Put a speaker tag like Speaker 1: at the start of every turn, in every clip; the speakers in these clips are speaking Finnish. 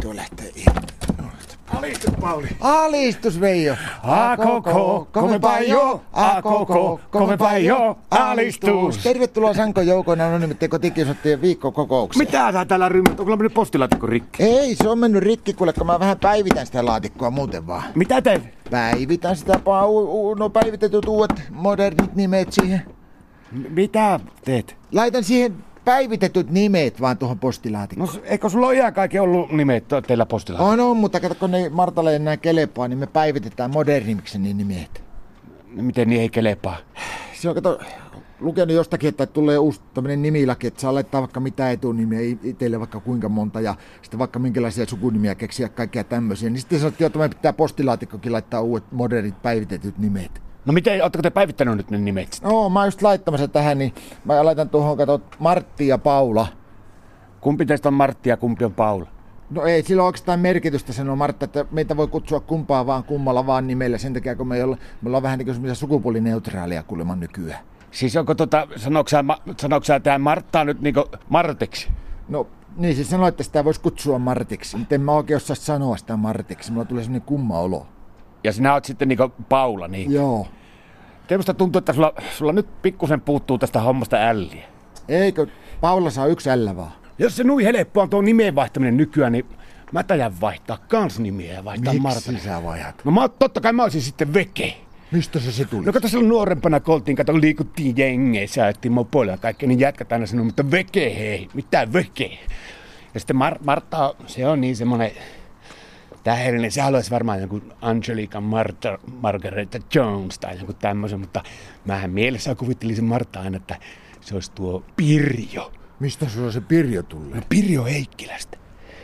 Speaker 1: tuo lähtee irti.
Speaker 2: Alistu, Pauli.
Speaker 1: Alistus Veijo.
Speaker 2: A koko, kovempaa jo. A koko, kovempaa jo. Alistus.
Speaker 1: Tervetuloa Sanko Joukona Anonymitten kotikiusattujen viikkokokoukseen.
Speaker 2: Mitä tää täällä rymmät? Onko mennyt postilaatikko rikki?
Speaker 1: Ei, se on mennyt rikki, kuule, kun mä vähän päivitän sitä laatikkoa muuten vaan.
Speaker 2: Mitä teet?
Speaker 1: Päivitän sitä, vaan u- u- no päivitetyt uudet modernit nimet siihen.
Speaker 2: M- mitä teet?
Speaker 1: Laitan siihen päivitetyt nimet vaan tuohon postilaatikkoon.
Speaker 2: No s- eikö sulla ole iän kaikki ollut nimet to- teillä postilaatikko?
Speaker 1: On, on, mutta kato, kun ne Martalle ei enää kelepaa, niin me päivitetään modernimiksi ne nimet.
Speaker 2: Miten niin ei kelepaa?
Speaker 1: Se on, kato, lukenut jostakin, että tulee uusi tämmöinen nimilaki, että saa laittaa vaikka mitä etunimiä i- itselle vaikka kuinka monta ja sitten vaikka minkälaisia sukunimiä keksiä kaikkea tämmöisiä. Niin sitten sanottiin, että me pitää postilaatikkokin laittaa uudet modernit päivitetyt nimet.
Speaker 2: No miten, ootteko te päivittänyt nyt ne nimet? sit?
Speaker 1: No, mä oon just laittamassa tähän, niin mä laitan tuohon, kato, Martti ja Paula.
Speaker 2: Kumpi teistä on Martti ja kumpi on Paula?
Speaker 1: No ei sillä ole oikeastaan merkitystä sanoa Martta, että meitä voi kutsua kumpaa vaan kummalla vaan nimellä sen takia, kun me, ei olla, me ollaan vähän niin kuin semmoisia sukupuolineutraalia kuulemma nykyään.
Speaker 2: Siis onko tota, sanoksä, ma, sanoksä tää Marttaa nyt niinku Martiksi?
Speaker 1: No niin, siis sanoit, että sitä voisi kutsua Martiksi, mutta en mä oikein osaa sanoa sitä Martiksi. Mulla tulee sellainen kumma olo.
Speaker 2: Ja sinä oot sitten niinku Paula, niin.
Speaker 1: Joo.
Speaker 2: Teemasta tuntuu, että sulla, sulla nyt pikkusen puuttuu tästä hommasta älliä.
Speaker 1: Eikö Paula saa yksi ällä vaan?
Speaker 2: Jos se nui helppoa on tuo nimen vaihtaminen nykyään, niin mä tajan vaihtaa kans nimeä ja vaihtaa Martin.
Speaker 1: sä vajat?
Speaker 2: No mä, oon- totta kai mä olisin sitten veke.
Speaker 1: Mistä se se tuli?
Speaker 2: No
Speaker 1: No,
Speaker 2: kato silloin nuorempana koltiin, kato liikuttiin jengeissä, ajettiin mopoilla ja kaikkea, niin jätkät aina sanoi, mutta veke hei, mitä veke. Ja sitten Mar- Martta, se on niin semmonen tähdellinen, se haluaisi varmaan joku Angelica Marta, Margareta Jones tai joku tämmöisen, mutta mähän mielessä kuvittelin sen Martta aina, että se olisi tuo Pirjo.
Speaker 1: Mistä sulla se Pirjo tulee?
Speaker 2: No Pirjo Heikkilästä.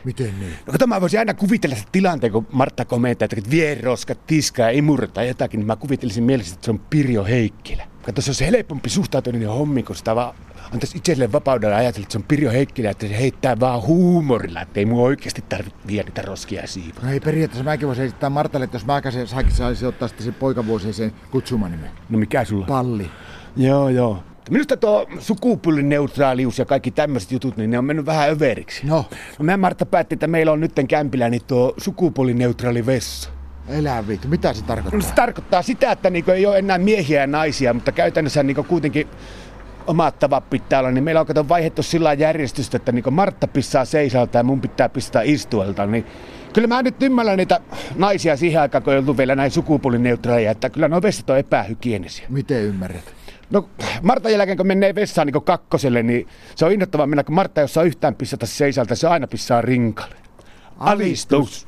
Speaker 1: Miten niin?
Speaker 2: No kato, mä voisin aina kuvitella sitä tilanteen, kun Martta komentaa, että vierroska, tiska ja imurra tai jotakin, niin mä kuvittelisin mielessä, että se on Pirjo Heikkilä. Kato, se olisi helpompi suhtautua niiden hommiin, kun sitä vaan antaisi itselleen vapaudella ajatella, että se on Pirjo Heikkilä, että se heittää vaan huumorilla, että ei mun oikeasti tarvitse viedä niitä roskia siivota.
Speaker 1: No ei periaatteessa mäkin voisin esittää Martalle, että jos mä käsin saakin saisi ottaa sitten sen poikavuosien sen kutsumanimen.
Speaker 2: No mikä sulla?
Speaker 1: Palli.
Speaker 2: joo, joo. Minusta tuo sukupuolineutraalius ja kaikki tämmöiset jutut, niin ne on mennyt vähän överiksi.
Speaker 1: No,
Speaker 2: No mä Martta päätti, että meillä on nytten kämpillä niin tuo sukupuolineutraali vessa.
Speaker 1: elää vittu. Mitä se
Speaker 2: No
Speaker 1: tarkoittaa?
Speaker 2: se tarkoittaa sitä, että niinku ei ole enää miehiä ja naisia, mutta käytännössä niinku kuitenkin omat tavat pitää olla, niin meillä on kato vaihdettu sillä lailla järjestystä, että niinku Martta pissaa seisalta ja mun pitää pistää istuelta, niin kyllä mä nyt ymmärrän niitä naisia siihen aikaan, kun ei ollut vielä näin sukupuolineutraaleja, että kyllä nuo vessat on epähygienisiä.
Speaker 1: Miten ymmärrät?
Speaker 2: No Martan jälkeen, kun menee vessaan niin kakkoselle, niin se on innoittavaa mennä, kun Martta ei osaa yhtään pissata seisalta, se aina pissaa rinkalle. Alistus!